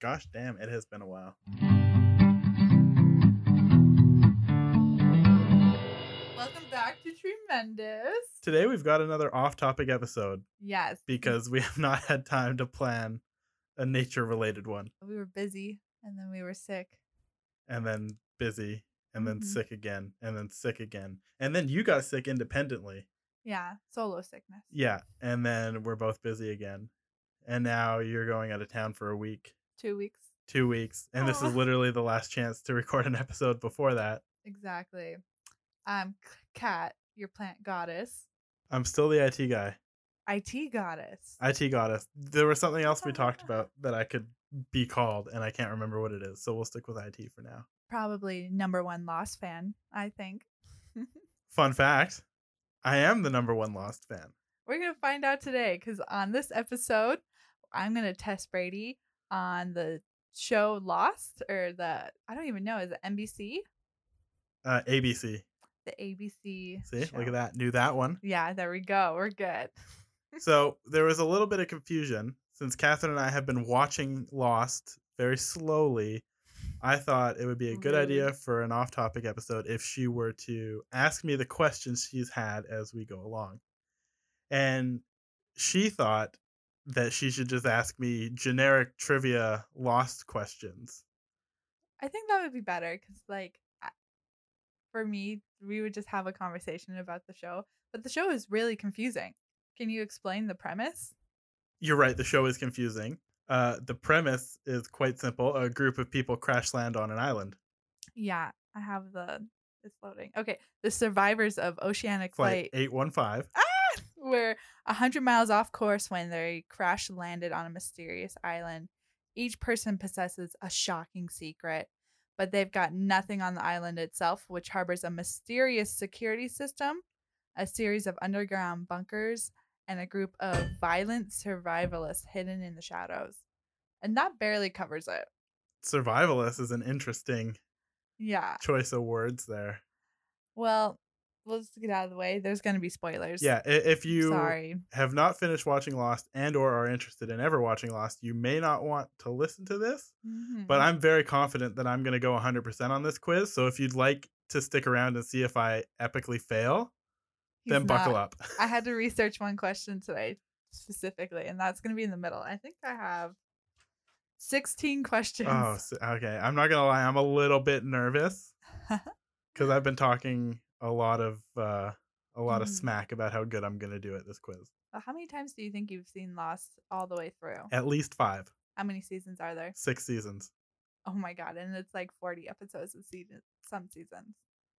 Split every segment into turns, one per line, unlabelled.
Gosh damn, it has been a while.
Welcome back to Tremendous.
Today we've got another off topic episode
Yes.
because we have not had time to plan a nature related one
we were busy and then we were sick.
and then busy and then
Mhm.
sick again and then sick again. And then you got sick independently.
Yeah. Solo sickness.
Yeah. And then we're both busy again. And now you're going out of town for a week,
Two weeks.
two weeks. And this is
Aw.
literally the last chance to record an episode before that.
Exactly. Um, Cat, your plant goddess,
I'm still the IT guy.
IT goddess.
IT goddess. There was something else we talked about that I could be called, and I can't remember what it is. So we'll stick with IT for now.
Probably number one Lost fan, I think.
Fun fact I am the number one Lost fan.
We're going to find out today because on this episode, I'm going to test Brady on the show Lost or the, I don't even know, is it NBC?
Uh, ABC.
The ABC.
See,
show.
look at that. Knew that one.
Yeah, there we go. We're good.
So there was a little bit of confusion since Catherine and I have been watching Lost very slowly. I thought it would be a good
Really?
idea for an off topic episode if she were to ask me the questions she's had as we go along. And she thought that she should just ask me generic trivia Lost questions.
I think that would be better because, like, I- for me, we would just have a conversation about the show. But the show is really confusing. Can you explain the premise?
You're right, the show is confusing. Uh, the premise is quite simple a group of people crash land on an island.
Yeah, I have the. It's loading. Okay, the survivors of Oceanic
Flight
Flight,
815.
were a 100 miles off course when they crash landed on a mysterious island. Each person possesses a shocking secret, but they've got nothing on the island itself, which harbors a mysterious security system, a series of underground bunkers, and a group of violent survivalists hidden in the shadows. And that barely covers it.
Survivalist is an interesting
Yeah.
choice of words there.
Well, let's get out of the way. There's going to be spoilers.
Yeah, i- if you
Sorry.
have not finished watching Lost and or are interested in ever watching Lost, you may not want to listen to this,
Mm-hmm.
but I'm very confident that I'm going to go 100% on this quiz. So if you'd like to stick around and see if I epically fail, then buckle up.
I had to research one question today specifically, and that's going to be in the middle. I think I have 16 questions.
Oh, so- okay. I'm not going to lie, I'm a little bit nervous cuz I've been talking a lot of uh a lot of
Mm.
smack about how good I'm going to do at this quiz.
But How many times do you think you've seen Lost all the way through?
At least 5,
How many seasons are there?
6 seasons.
Oh my God. And it's like 40 episodes of season, some seasons.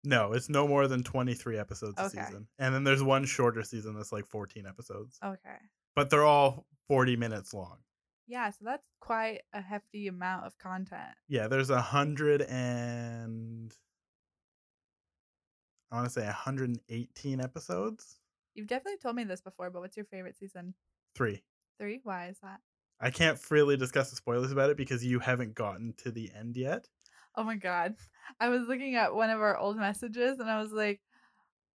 No, it's no more than 23 episodes a
Okay.
season. And then there's one shorter season that's like 14 episodes.
Okay.
But they're all 40 minutes long.
Yeah. So that's quite a hefty amount of content.
Yeah, there's a hundred and I want to say 118 episodes.
You've definitely told me this before, but what's your favorite season?
Three.
Three? Why is that?
I can't freely discuss the spoilers about it because you haven't gotten to the end yet.
Oh my god. I was looking at one of our old messages and I was like,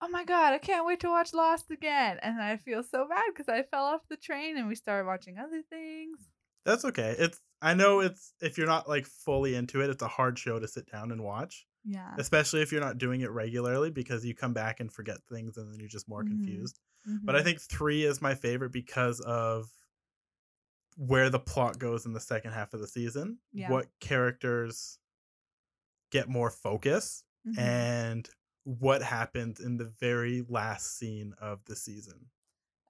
"Oh my god, I can't wait to watch Lost again." And I feel so bad cuz I fell off the train and we started watching other things.
That's okay. It's I know it's if you're not like fully into it, it's a hard show to sit down and watch,
Yeah.
especially if you're not doing it regularly because you come back and forget things and then you're just more
Mhm.
confused. but I
Mhm.
think three is my favorite because of where the plot goes in the second half of the season,
Yeah.
what characters get more focus,
Mhm.
and what happens in the very last scene of the season.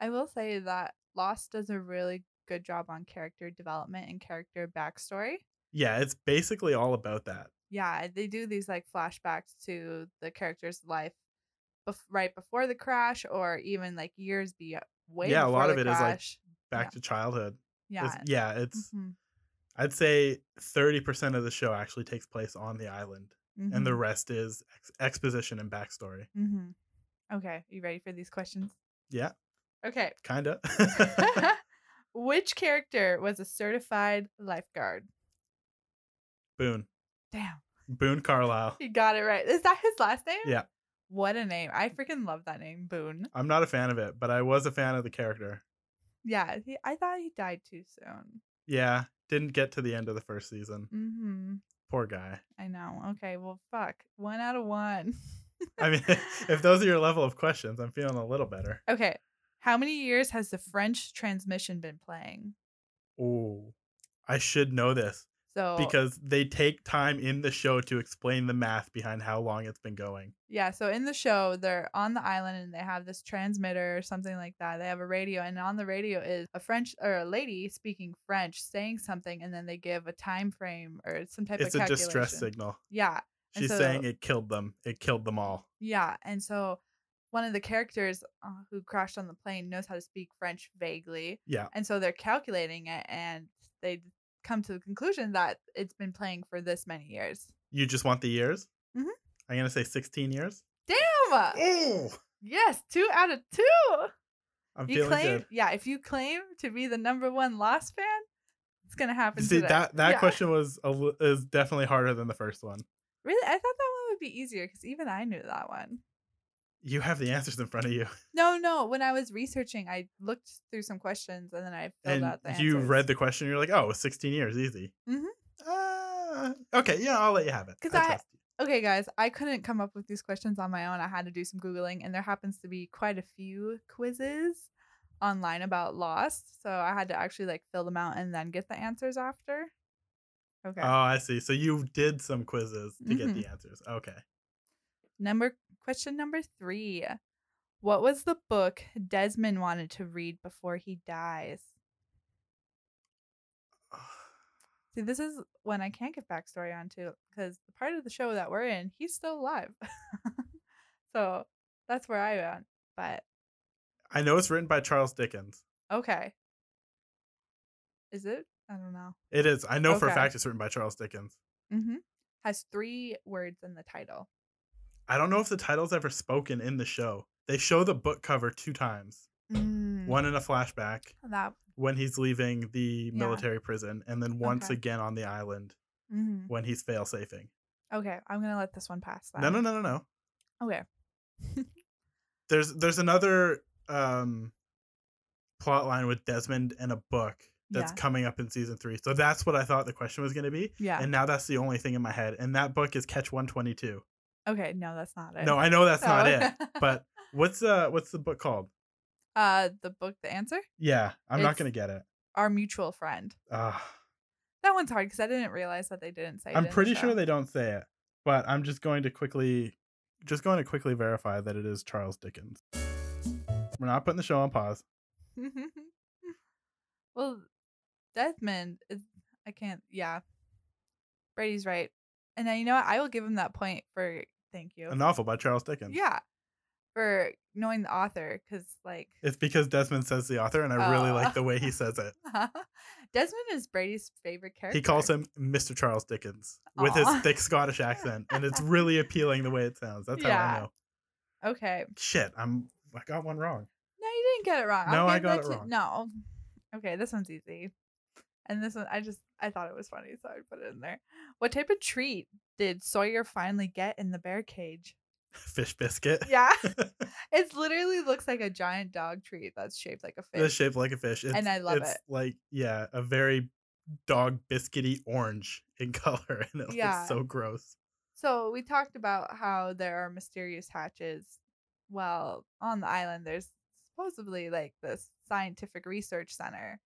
I will say that Lost does a really good job on character development and character backstory.
Yeah, it's basically all about that.
yeah, they do these like flashbacks to the character's life bef- right before the crash or even like years be way
Yeah, a lot
before
of
the
it is, like,
crash.
Back
Yeah.
to childhood.
yeah.
It's- yeah, it's
Mhm.
I'd say 30% of the show actually takes place on the island, and the
Mhm.
rest is ex- exposition and backstory.
Mm-hmm. Okay, you ready for these questions?
Yeah,
Okay.
kinda.
Which character was a certified lifeguard?
Boone.
Damn,
Boone Carlisle.
he got it right. Is that his last name?
Yeah.
What a name. I freaking love that name, Boone.
I'm not a fan of it, but I was a fan of the character.
Yeah, he, I thought he died too soon.
Yeah, didn't get to the end of the first season.
Mm-hmm.
Poor guy.
I know. Okay. Well, fuck. One out of one.
I mean, if those are your level of questions, I'm feeling a little better.
Okay. How many years has the French transmission been playing?
Ooh, I should know this
So
because they take time in the show to explain the math behind how long it's been going.
yeah, so in the show they're on the island and they have this transmitter or something like that. They have a radio and on the radio is a French or a lady speaking French saying something and then they give a time frame or some type
It's
of
a
calculation.
distress signal.
Yeah. And
She's
so-
saying it killed them. It killed them all.
Yeah, and so one of the characters uh, who crashed on the plane knows how to speak French vaguely.
Yeah.
And so they're calculating it and they come to the conclusion that it's been playing for this many years.
You just want the years?
Mhm.
I'm going to say 16 years.
Emma!
Ooh,
Yes, two out of two.
I'm
You
feeling
claim,
good.
yeah. If you claim to be the number one Lost fan, it's gonna happen.
See,
today.
that, that
Yeah.
question was a, li- is definitely harder than the first one.
Really, I thought that one would be easier because even I knew that one.
You have the answers in front of you.
No, no. When I was researching, I looked through some questions and then I filled
and
out the
you read the question, you're like, oh, it's 16 years, easy.
Mhm.
Uh, okay, yeah, I'll let you have it.
'Cause I-
trust you.
Okay, guys, I couldn't come up with these questions on my own. I had to do some Googling, and there happens to be quite a few quizzes online about Lost. So I had to actually like fill them out and then get the answers after. Okay.
Oh, I see. So you did some quizzes to get
Mhm.
the answers. Okay.
number question number three. What was the book Desmond wanted to read before he dies? See, this is when I can't give backstory on to because the part of the show that we're in, he's still alive. so that's where I went. But
I know it's written by Charles Dickens.
Okay. Is it? I don't know.
It is. I know for a
Okay.
fact it's written by Charles Dickens.
Mm-hmm. Has three words in the title.
I don't know if the title's ever spoken in the show. They show the book cover two times one in a flashback
Mm. That.
when he's leaving the
Yeah.
military prison, and then once
Okay.
again on the island
mhm.
when he's fail safing.
Okay, I'm gonna let this one pass. Then.
No, no, no, no, no.
Okay.
there's there's another um plot line with Desmond and a book that's
Yeah.
coming up in season three. So that's what I thought the question was gonna be.
Yeah.
And now that's the only thing in my head. And that book is Catch One Twenty Two.
okay. No, that's not it.
No, I know that's not
Oh.
it. But what's uh what's the book called?
uh, the book, the answer,
Yeah, I'm not
It's-
gonna get it.
our mutual friend.
Uh,
That one's hard because I didn't realize that they didn't say. it
I'm
in the
pretty sure
show.
they don't say it, but I'm just going to quickly just going to quickly verify that it is Charles Dickens. We're not putting the show on pause.
well, Desmond, is, I can't. Yeah, Brady's right. And now you know what? I will give him that point for thank you.
A novel by Charles Dickens.
Yeah, for knowing the author, because like
It's because Desmond says the author, and I really
Oh.
like the way he says it.
Desmond is Brady's favorite character.
He calls him Mr. Charles Dickens with his
Aw.
thick Scottish accent, and it's really appealing the way it sounds. That's how I
Yeah.
know.
Okay,
Shit, I'm I got one wrong.
no, you didn't get it wrong. I'll
No, I
give
got
that
it
to-
wrong.
No, okay, this one's easy. And this one, I just I thought it was funny, so I put it in there. What type of treat did Sawyer finally get in the bear cage?
Fish biscuit.
Yeah, it literally looks like a giant dog treat that's shaped like a
It's
fish.
shaped like a fish. It's,
And I love
it's
it.
Like yeah, a very dog biscuity orange in color, and it
Yeah.
looks so gross.
So we talked about how there are mysterious hatches. Well, on the island, there's supposedly like this scientific research center,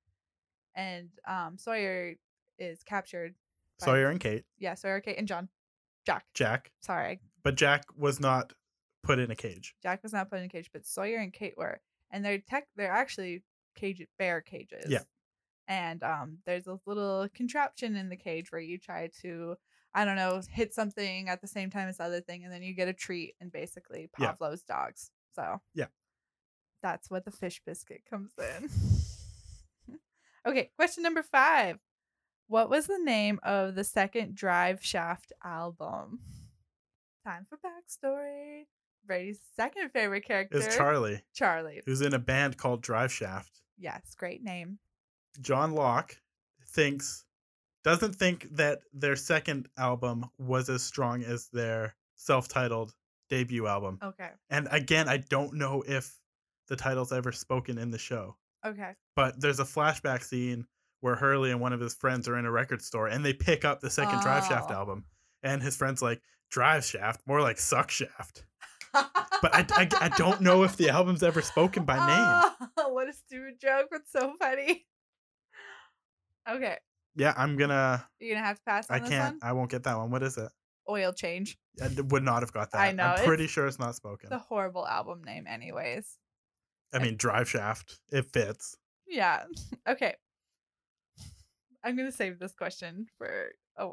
and um, Sawyer is captured. by-
Sawyer and Kate,
Yeah, Sawyer, Kate, and John. Jack.
Jack,
Sorry,
but Jack was not put in a cage.
Jack was not put in a cage, but Sawyer and Kate were, and they're tech. They're actually cage bear cages.
Yeah.
And um, there's a little contraption in the cage where you try to, I don't know, hit something at the same time as the other thing, and then you get a treat, and basically
Yeah.
Pavlov's dogs. So
Yeah.
that's what the fish biscuit comes in. okay, question number five. What was the name of the second Drive Shaft album? Time for backstory. Brady's second favorite character,
It's Charlie,
Charlie.
who's in a band called Drive Shaft.
Yes, great name.
John Locke thinks doesn't think that their second album was as strong as their self-titled debut album.
Okay.
And again, I don't know if the title's ever spoken in the show,
Okay.
but there's a flashback scene where Hurley and one of his friends are in a record store and they pick up the second Drive Shaft
Oh.
album. And his friend's like, Drive Shaft, more like Suck Shaft. But I, I, I don't know if the album's ever spoken by name.
Oh, what a stupid joke. That's so funny. Okay.
Yeah, I'm gonna.
You're going to have to pass on
I
this
can't.
one?
I won't get that one. What is it?
Oil change.
I d- would not have got that.
I know,
I'm
it's-
pretty sure it's not spoken.
It's a horrible album name, anyways.
I mean, Drive Shaft. It fits.
Yeah. Okay. I'm going to save this question for a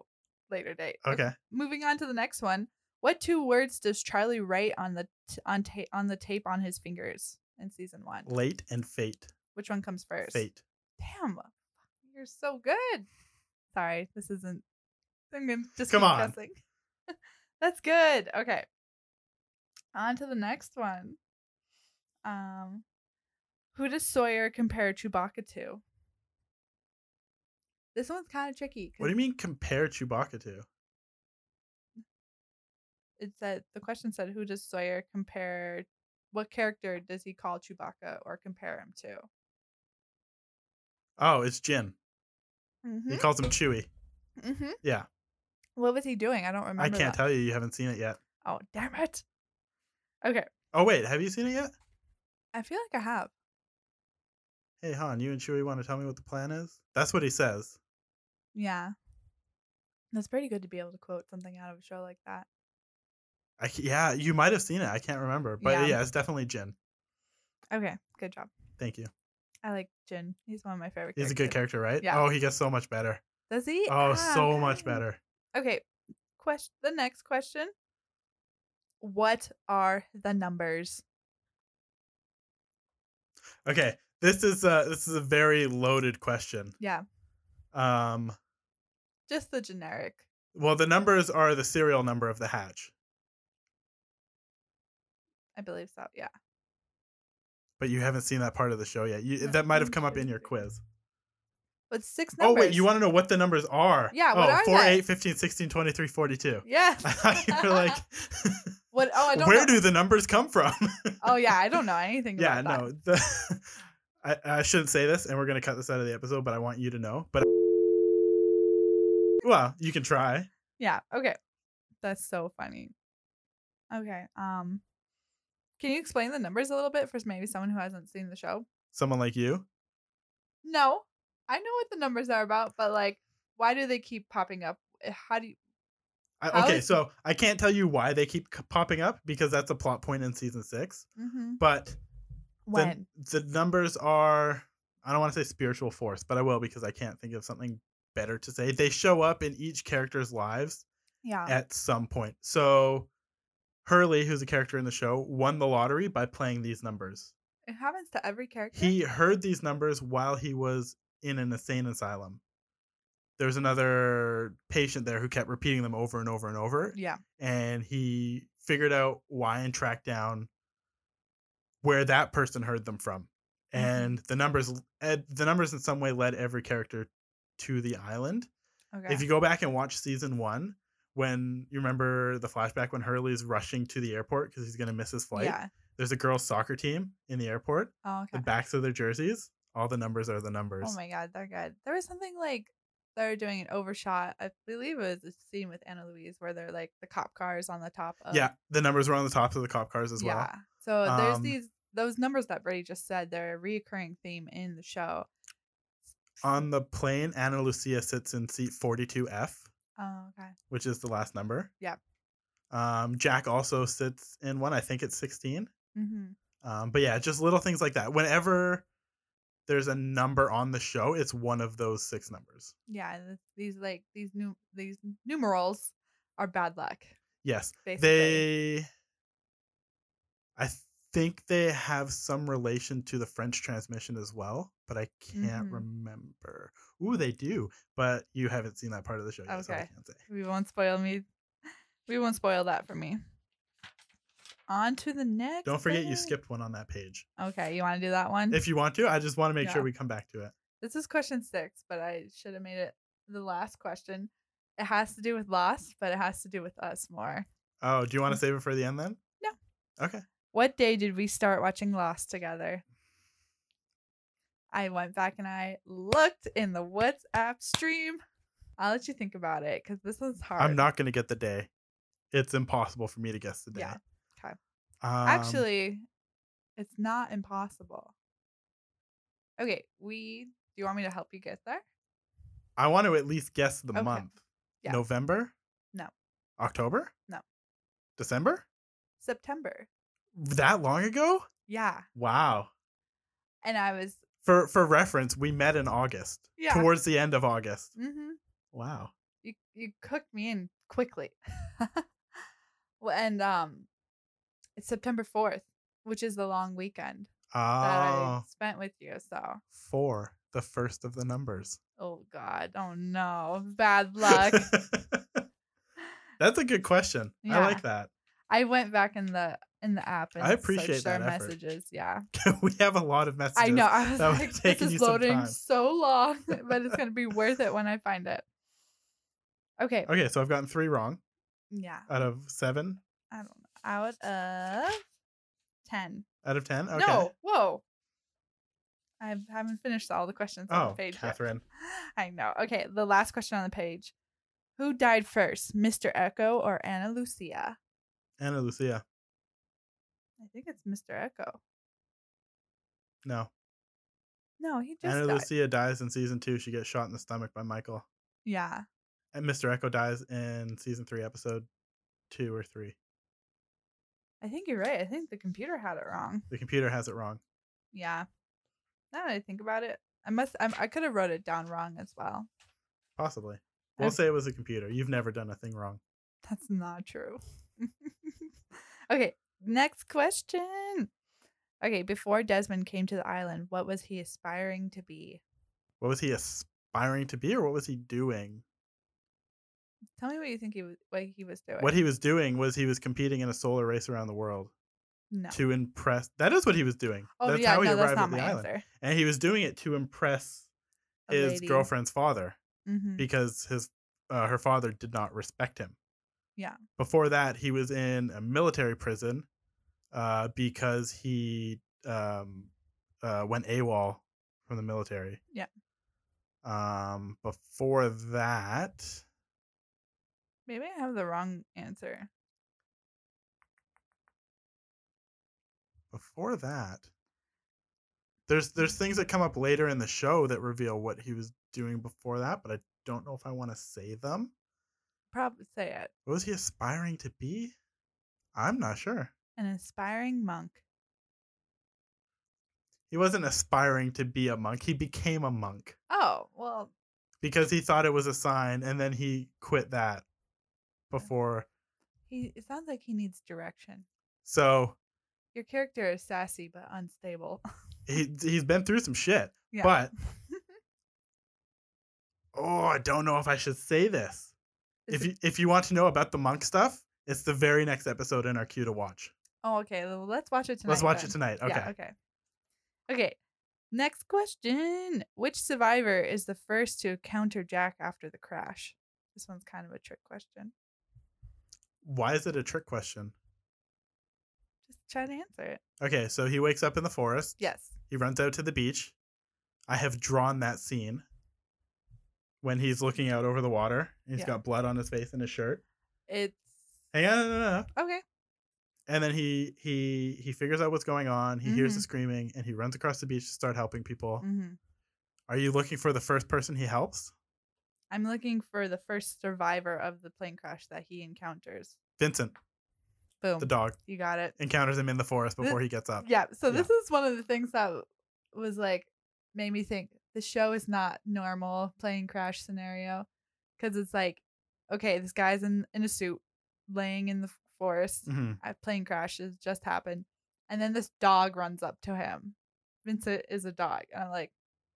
later date.
Okay.
Moving on to the next one. What two words does Charlie write on the t- on ta- on the tape on his fingers in season 1?
Late and fate.
Which one comes first?
Fate.
Damn. You're so good. Sorry, this isn't I'm going to just
Come
keep
on.
guessing. That's good. Okay. On to the next one. Um who does Sawyer compare Chewbacca to? This one's kind of tricky. 'cause
What do you mean compare Chewbacca to?
it said the question said who does Sawyer compare what character does he call Chewbacca or compare him to?
Oh, it's Jin.
Mm-hmm.
He calls him Chewy.
Mm-hmm.
Yeah.
What was he doing? I don't remember.
I can't
that.
tell you. You haven't seen it yet.
Oh, damn it. Okay.
Oh wait, have you seen it yet?
I feel like I have.
Hey Han, you and Chewie want to tell me what the plan is? That's what he says.
Yeah. That's pretty good to be able to quote something out of a show like that.
I c yeah, you might have seen it. I can't remember, but
Yeah.
yeah, it's definitely Jin.
Okay. Good job.
Thank you.
I like Jin. He's one of my favorite
He's
characters.
a good character, right?
Yeah.
Oh, he gets so much better.
Does he?
Oh, so
Ah,
much
okay.
better.
Okay. Question the next question. What are the numbers?
Okay, this is uh this is a very loaded question.
Yeah.
Um,
Just the generic.
well, the numbers are the serial number of the hatch,
I believe so. Yeah.
but you haven't seen that part of the show yet. You,
No,
that might have
I'm
come up in
sure.
your quiz.
But six
Oh
numbers.
wait, you want to know what the numbers are?
Yeah,
Oh,
what are
4,
they?
8, 15, 16, 23, 42.
Yeah.
I thought you were like,
What oh I don't
where
know.
do the numbers come from?
Oh yeah, I don't know anything
yeah,
about that.
no. The, I, I shouldn't say this, and we're gonna cut this out of the episode, but I want you to know. But well, you can try.
Yeah. Okay. That's so funny. Okay. Um, can you explain the numbers a little bit for s- maybe someone who hasn't seen the show?
Someone like you.
No, I know what the numbers are about, but like, why do they keep popping up? Eh, How do you?
I,
How
okay,
is-
so I can't tell you why they keep c- popping up because that's a plot point in season six.
Mm-hmm.
But
When?
the, the numbers are, I don't want to say spiritual force, but I will because I can't think of something better to say. They show up in each character's lives
yeah.
at some point. So Hurley, who's a character in the show, won the lottery by playing these numbers.
it happens to every character.
He heard these numbers while he was in an insane asylum. There was another patient there who kept repeating them over and over and over,
yeah.
and he figured out why and tracked down where that person heard them from.
Mhm.
And the numbers, ed- the numbers in some way led every character to the island.
Okay.
If you go back and watch season one, when you remember the flashback when Hurley's rushing to the airport because he's going to miss his flight,
yeah.
there's a girls' soccer team in the airport.
Oh,
The
okay.
backs of their jerseys, all the numbers are the numbers.
Oh my god, they're good. There was something like they were doing an overshot. I believe it was a scene with Anna Louise where they're like the cop cars on the top of
yeah, the numbers were on the tops of the cop cars as well.
So there's
Um,
these those numbers that Brady just said. They're a reoccurring theme in the show.
On the plane, Anna Lucia sits in seat 42F,
Oh, okay.
which is the last number.
Yeah.
Um, Jack also sits in one. I think it's 16.
Mm-hmm.
Um, but yeah, just little things like that. Whenever there's a number on the show, it's one of those six numbers.
Yeah. and th- These like these new these numerals are bad luck.
Yes.
Basically.
They I think they have some relation to the French transmission as well, but I can't
Mhm.
remember. Ooh, they do, but you haven't seen that part of the show yet, so I
Okay.
can't say.
We won't spoil me. We won't spoil that for me. On to the next.
Don't forget you
one.
skipped one on that page.
Okay, you want to do that one?
If you want to, I just want to make
Mm-hmm. Yeah.
sure we come back to it.
This is question six, but I should have made it the last question. It has to do with loss, but it has to do with us more.
Oh, do you want to save it for the end then?
Mm. No.
Okay.
What day did we start watching Lost together? I went back and I looked in the WhatsApp stream. I'll let you think about it because this one's hard.
I'm not gonna get the day. It's impossible for me to guess the day.
Yeah. Okay.
Um,
Actually, it's not impossible. Okay, we. Do you want me to help you get there?
I want to at least guess the
Okay.
month.
Yeah.
November?
No.
October?
No.
December?
September.
That long ago?
Yeah.
Wow.
And I was.
For for reference, we met in August.
Yeah.
Towards the end of August.
hmm
Wow.
You you cooked me in quickly. well, and um, it's September fourth, which is the long weekend that I
Ah,
spent with you. So.
four. The first of the numbers.
Oh God. Oh no. Bad luck.
That's a good question. I
Yeah.
like that.
I went back in the in the app and
I appreciate
searched our
that effort.
messages. Yeah.
we have a lot of messages.
I know. I was
That was
like, this
taking you
is
some
loading
time.
so long, but it's gonna be worth it when I find it. Okay.
Okay, so I've gotten three wrong
Yeah.
out of seven,
I don't know. Out of ten.
out of ten. Okay.
No. Whoa. I haven't finished all the questions on the
Oh,
page. yet.
Catherine.
I know. Okay, the last question on the page. Who died first, Mr. Echo or Anna Lucia?
Anna Lucia.
I think it's Mr. Echo.
No.
No, he just
Anna
died.
Lucia dies in season two. She gets shot in the stomach by Michael.
Yeah.
And Mr. Echo dies in season three, episode two or three.
I think you're right. I think the computer had it wrong.
The computer has it wrong.
Yeah. Now that I think about it, I must I, I could have wrote it down wrong as well.
Possibly. We'll
Okay.
say it was a computer. You've never done a thing wrong.
That's not true. okay, next question. Okay, before Desmond came to the island, what was he aspiring to be?
What was he aspiring to be or what was he doing?
Tell me what you think he was what he was doing.
What he was doing was he was competing in a solar race around the world
No.
to impress. That is what he was doing.
Oh
that's
yeah,
how he
no,
arrived
that's not
at the
my
island.
answer.
And he was doing it to impress
A
his
lady.
girlfriend's father
Mhm.
because his uh, her father did not respect him.
Yeah.
Before that, he was in a military prison uh, because he um, uh, went AWOL from the military.
Yeah.
Um. Before that,
Maybe I have the wrong answer.
before that, there's there's things that come up later in the show that reveal what he was doing before that, but I don't know if I want to say them.
Probably say it.
What was he aspiring to be? I'm not sure.
An aspiring monk.
He wasn't aspiring to be a monk. He became a monk
Oh, well,
because he thought it was a sign, and then he quit that before.
he it sounds like he needs direction.
So
Your character is sassy but unstable.
he he's been through some shit.
yeah.
But oh, I don't know if I should say this.
Is
if
it-
you if you want to know about the monk stuff, it's the very next episode in our queue to watch.
Oh, okay. Well, let's watch it tonight.
Let's watch
then.
it tonight. Okay.
Yeah, okay. Okay. Next question. Which survivor is the first to encounter Jack after the crash? This one's kind of a trick question.
Why is it a trick question?
Just try to answer it.
Okay, so he wakes up in the forest.
Yes.
He runs out to the beach. I have drawn that scene when he's looking out over the water. and He's
Yeah.
got blood on his face and his shirt.
It's
Hang on, no, no, no.
okay.
And then he he he figures out what's going on. He hears the
Mhm.
screaming and he runs across the beach to start helping people.
hmm
Are you looking for the first person he helps?
I'm looking for the first survivor of the plane crash that he encounters.
Vincent,
Boom.
the dog,
You got it.
encounters him in the forest before he gets up.
Yeah. So
Yeah.
this is one of the things that was like made me think the show is not normal plane crash scenario because it's like okay, this guy's in in a suit laying in the f- forest.
hmm
A plane crash has just happened, and then this dog runs up to him. Vincent is a dog, and I'm like,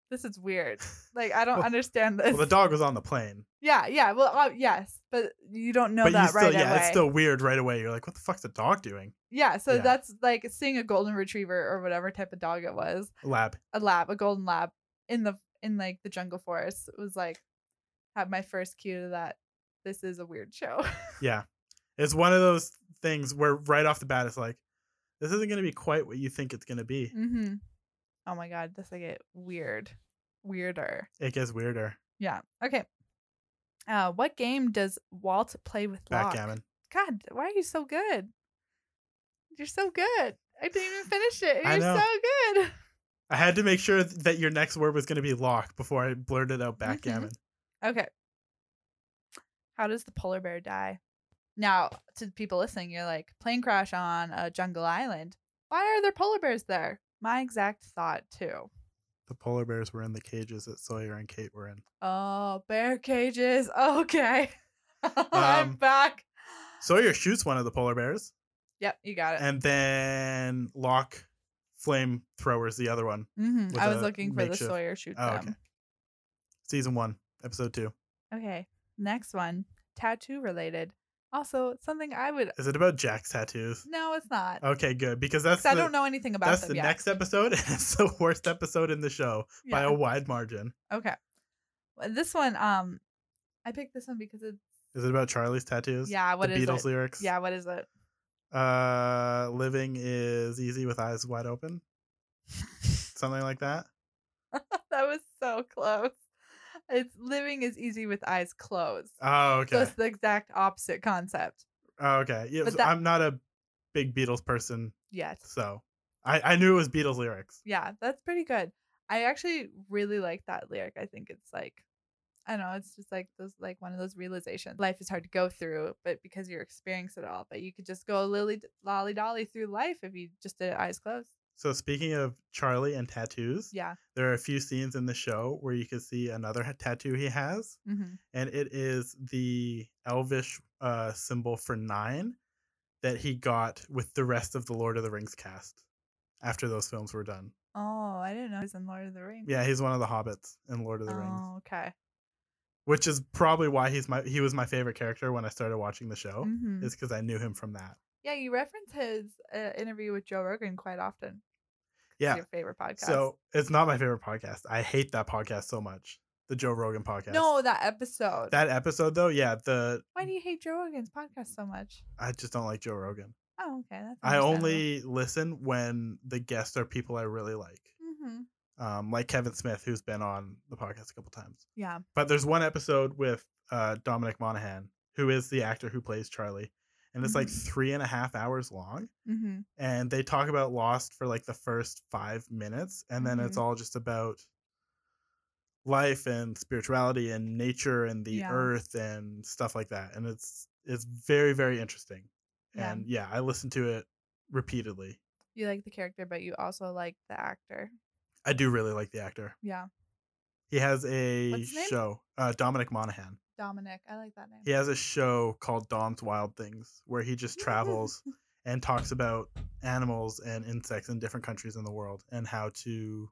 this is weird. Like I don't
Well-
understand this.
Well, the dog was on the plane,
yeah, yeah. Well, uh, yes, but you don't know
but you
that
still,
right
yeah,
away.
it's still weird right away. You're like, what the fuck's the dog doing?
yeah, so
yeah. Mm.
that's like seeing a golden retriever or whatever type of dog it was.
Lab.
a lab, a golden lab in the in like the jungle forest It was like had my first cue to that this is a weird show.
Yeah. It's one of those
Mm.
things where right off the bat it's like, this isn't gonna be quite what you think it's gonna be.
mm-hmm. Oh my god, this I get weird. Weirder.
It gets weirder.
Yeah. Okay. Uh what game does Walt play with Locke?
Backgammon.
God, why are you so good? You're so good. I didn't even finish it.
I
You're
know.
so good.
I had to make sure th- that your next word was going to be lock before I blurted out
Mm-hmm.
backgammon.
Okay. How does the polar bear die? Now, to the people listening, you're like, plane crash on a jungle island. Why are there polar bears there? My exact thought, too.
The polar bears were in the cages that Sawyer and Kate were in.
Oh, bear cages. Okay. I'm
Um,
back.
Sawyer shoots one of the polar bears,
Yep, you got it.
and then Locke flame throwers the other one.
hmm
with
I was
a
looking for the
makeshift-
Sawyer shoot
Oh,
them.
Season one, episode two.
Okay. Next one, tattoo related. Also, something I would.
Is it about Jack's tattoos?
No, it's not.
Okay, good because Oh, that's
'Cause I
the-
don't know anything about
that's
them
the
yet.
next episode. and it's the worst episode in the show by
Yeah.
a wide margin.
Okay. Well, This one, um, I picked this one because it's
Is it about Charlie's tattoos?
yeah. What
the
is
Beatles
it?
lyrics.
Yeah. What is it?
Uh, living is easy with eyes wide open. Something like that.
that was so close. It's living is easy with eyes closed.
Oh,
So
okay.
it's the exact opposite concept.
Oh, okay. Yeah,
but
so
that-
I'm not a big Beatles person,
Yes.
so I, I knew it was Beatles lyrics.
Yeah, that's pretty good. I actually really like that lyric. I think it's like. I don't know. It's just like those, like one of those realizations. Life is hard to go through, but because you're experiencing it all, but you could just go lily lolly dolly through life if you just did it eyes closed.
So speaking of Charlie and tattoos,
Yeah.
there are a few scenes in the show where you can see another ha- tattoo he has,
hmm
and it is the Elvish uh, symbol for nine that he got with the rest of the Lord of the Rings cast after those films were done.
Oh, I didn't know he was in Lord of the Rings.
Yeah, he's one of the hobbits in Lord of the Rings.
Oh, okay.
which is probably why he's my he was my favorite character when I started watching the show.
Mhm.
Is because I knew him from that.
Yeah, you reference his uh, interview with Joe Rogan quite often. It's
Yeah.
your favorite podcast.
So it's not my favorite podcast. I hate that podcast so much. The Joe Rogan podcast.
no, that episode.
That episode though, yeah, the
Why do you hate Joe Rogan's podcast so much?
I just don't like Joe Rogan.
Oh, okay. That's
I only listen when the guests are people I really like.
hmm
Um, like Kevin Smith, who's been on the podcast a couple times.
Yeah.
But there's one episode with uh, Dominic Monaghan, who is the actor who plays Charlie, and it's like
Mhm.
three and a half hours long.
hmm
and they talk about Lost for like the first five minutes, and then
Mm-hmm.
it's all just about life and spirituality and nature and the
Yeah.
earth and stuff like that. And it's it's very very interesting.
Yeah.
And yeah, I listened to it repeatedly.
You like the character, but you also like the actor.
I do really like the actor.
Yeah.
He has a
What's his name?
show, uh, Dominic Monaghan.
Dominic. I like that name.
He has a show called Dom's Wild Things where he just travels and talks about animals and insects in different countries in the world and how to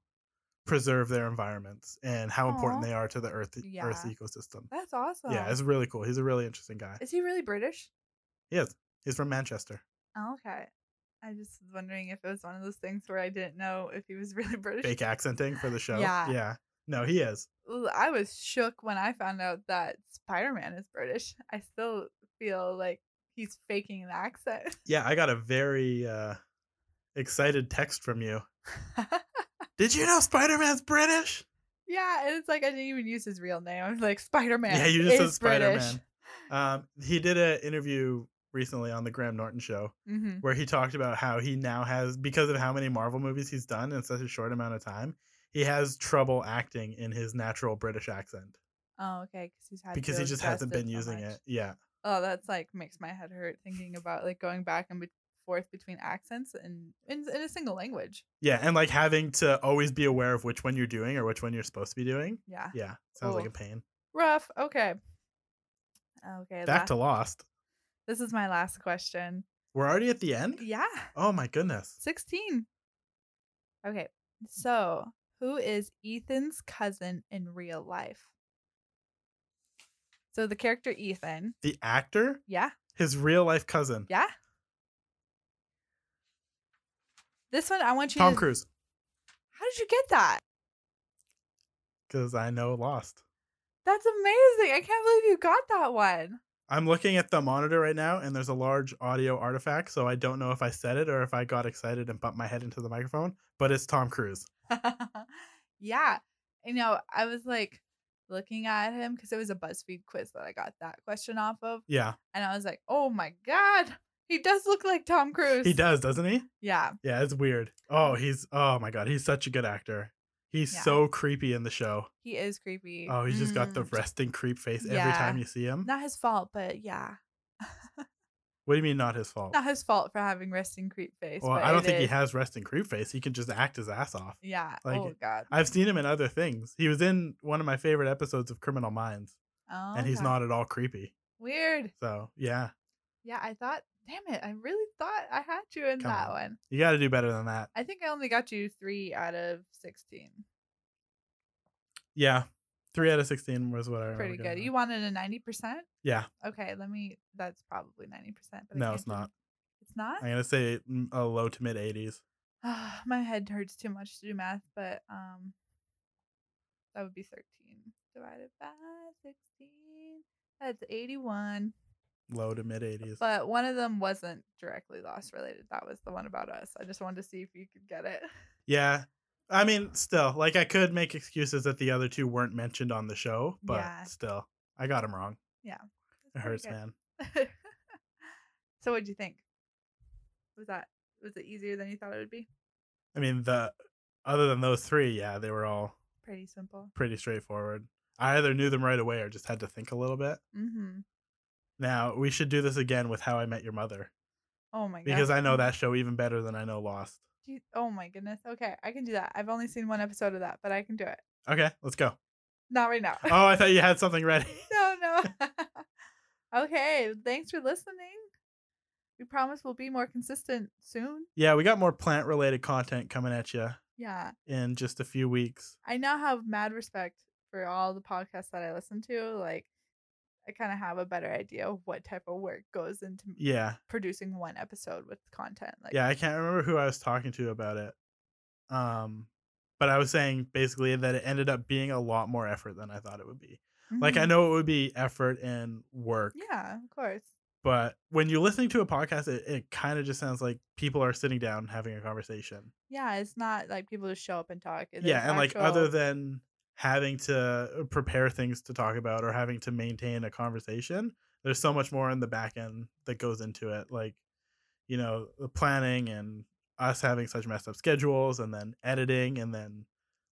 preserve their environments and how important
Aw.
they are to the earth earth's
Yeah.
ecosystem.
That's awesome.
Yeah, it's really cool. He's a really interesting guy.
Is he really British?
He is. He's from Manchester.
Oh, okay. I just was wondering if it was one of those things where I didn't know if he was really British.
Fake accenting for the show.
Yeah.
No, he is.
L- I was shook when I found out that Spider Man is British. I still feel like he's faking an accent.
Yeah, I got a very uh excited text from you. Did you know Spider-Man's British?
yeah, and it's like I didn't even use his real name. I was like Spider Man.
Yeah, you just said
is British.
Spider-Man. Um he did an interview recently on the Graham Norton show
Mm-hmm.
where he talked about how he now has because of how many Marvel movies he's done in such a short amount of time, he has trouble acting in his natural British accent
Oh, okay, because he's had
because
to
he just hasn't
adjust it
been
so
using
much.
it. Yeah.
Oh, that's like makes my head hurt thinking about like going back and be- forth between accents and in, in a single language.
Yeah, and like having to always be aware of which one you're doing or which one you're supposed to be doing.
Yeah,
Yeah, sounds like a
Oof.
pain.
rough. Okay, okay.
Back
la-
to Lost.
this is my last question.
We're already at the end?
Yeah.
Oh my goodness.
16. Okay. So, who is Ethan's cousin in real life? So, the character Ethan.
The actor,
Yeah.
his real life cousin,
Yeah. This one, I want you
Tom
to.
Cruise,
How did you get that?
because I know Lost.
That's amazing. I can't believe you got that one.
I'm looking at the monitor right now, and there's a large audio artifact, so I don't know if I said it or if I got excited and bumped my head into the microphone. But it's Tom Cruise.
yeah. You know, I was like looking at him because it was a BuzzFeed quiz that I got that question off of.
Yeah,
And I was like, oh my God, he does look like Tom Cruise.
he does, doesn't he?
Yeah.
Yeah, it's weird. Oh, he's oh my god, he's such a good actor. He's
Yeah.
so creepy in the show.
He is creepy.
Oh, he's just got the
Mm.
resting creep face every
Yeah.
time you see him.
Not his fault, but yeah.
What do you mean, not his fault?
Not his fault for having resting creep face.
Oh. well,
but
I don't
it
think he
is-
has resting creep face. He can just act his ass off.
Yeah.
like,
oh God.
I've seen him in other things. He was in one of my favorite episodes of Criminal Minds,
Oh,
and he's
God.
not at all creepy.
Weird.
So yeah,
Yeah, I thought, damn it, I really thought I had you in
Come
that
on.
one.
you got to do better than that.
I think I only got you three out of 16.
Yeah, three out of sixteen was what I remember
Pretty
getting
good.
on.
You wanted a 90%?
Yeah.
Okay, let me, that's probably 90%. But I
No,
can't
it's
do-
not.
It's not?
I'm gonna say mm, a low to mid eighties.
Ah, My head hurts too much to do math, but um, that would be 13 divided by 16. That's 81.
Low to mid eighties.
But one of them wasn't directly loss related. That was the one about us. I just wanted to see if you could get it.
Yeah. I mean, still, like I could make excuses that the other two weren't mentioned on the show, but
Yeah.
still, I got them wrong. It
That's
hurts,
pretty
man.
good. so what'd you think? Was that was it easier than you thought it would be?
I mean, the other than those three, yeah, they were all
Pretty simple.
pretty straightforward. I either knew them right away or just had to think a little bit.
Mm-hmm.
Now we should do this again with How I Met Your Mother
Oh my god.
because I know that show even better than I know Lost.
Do you- oh my goodness. Okay, I can do that. I've only seen one episode of that, but I can do it.
Okay, let's go.
Not right now.
Oh, I thought you had something ready.
no, no. okay, thanks for listening. We promise we'll be more consistent soon.
Yeah, we got more plant related content coming at you
Yeah.
in just a few weeks.
I now have mad respect for all the podcasts that I listen to. Like, I kind of have a better idea of what type of work goes into m-
Yeah.
producing one episode with content. Like,
yeah i can't remember who i was talking to about it um but i was saying basically that it ended up being a lot more effort than i thought it would be like i
mhm.
know it would be effort and work
Yeah, of course.
but when you're listening to a podcast it, it kind of just sounds like people are sitting down having a conversation
Yeah, it's not like people just show up and talk. There's
yeah and like other
actual-
than having to prepare things to talk about or having to maintain a conversation there's so much more in the back end that goes into it like you know the planning and us having such messed up schedules and then editing and then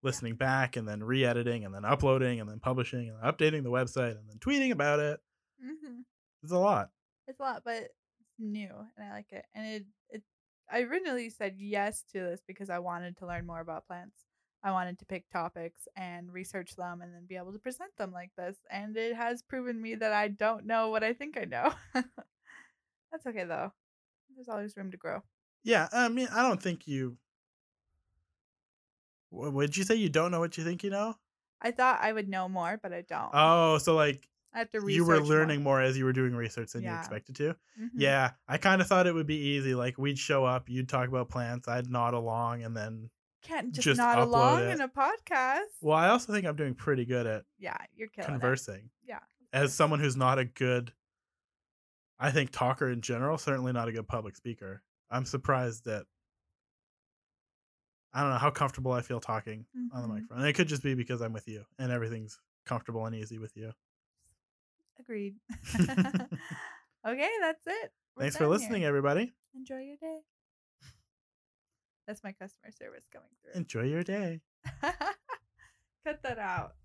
listening back and then re-editing and then uploading and then publishing and updating the website and then tweeting about it
Mhm.
it's a lot
It's a lot, but it's new and I like it. And it, it, I originally said yes to this because I wanted to learn more about plants. I wanted to pick topics and research them and then be able to present them like this. And it has proven me that I don't know what I think I know. That's okay though. There's always room to grow.
yeah i mean i don't think you Wh- would you say you don't know what you think you know
I thought I would know more, but I don't.
oh so like
I have to research.
you were
more.
learning more. as you were doing research than you
Yeah.
expected to.
Mhm.
Yeah, I kind of thought it would be easy. Like we'd show up, you'd talk about plants, I'd nod along, and then.
Can't just,
just
nod
upload
along
it.
in a podcast.
Well, I also think I'm doing pretty good at
yeah, you're killing it.
conversing.
Yeah.
As someone who's not a good, I think talker in general, certainly not a good public speaker. I'm surprised that. I don't know how comfortable I feel talking on the
Mhm.
microphone. And it could just be because I'm with you and everything's comfortable and easy with you.
Agreed. okay, that's it. We're
Thanks for
done here.
listening, everybody.
Enjoy your day. That's my customer service coming through.
Enjoy your day.
Cut that out.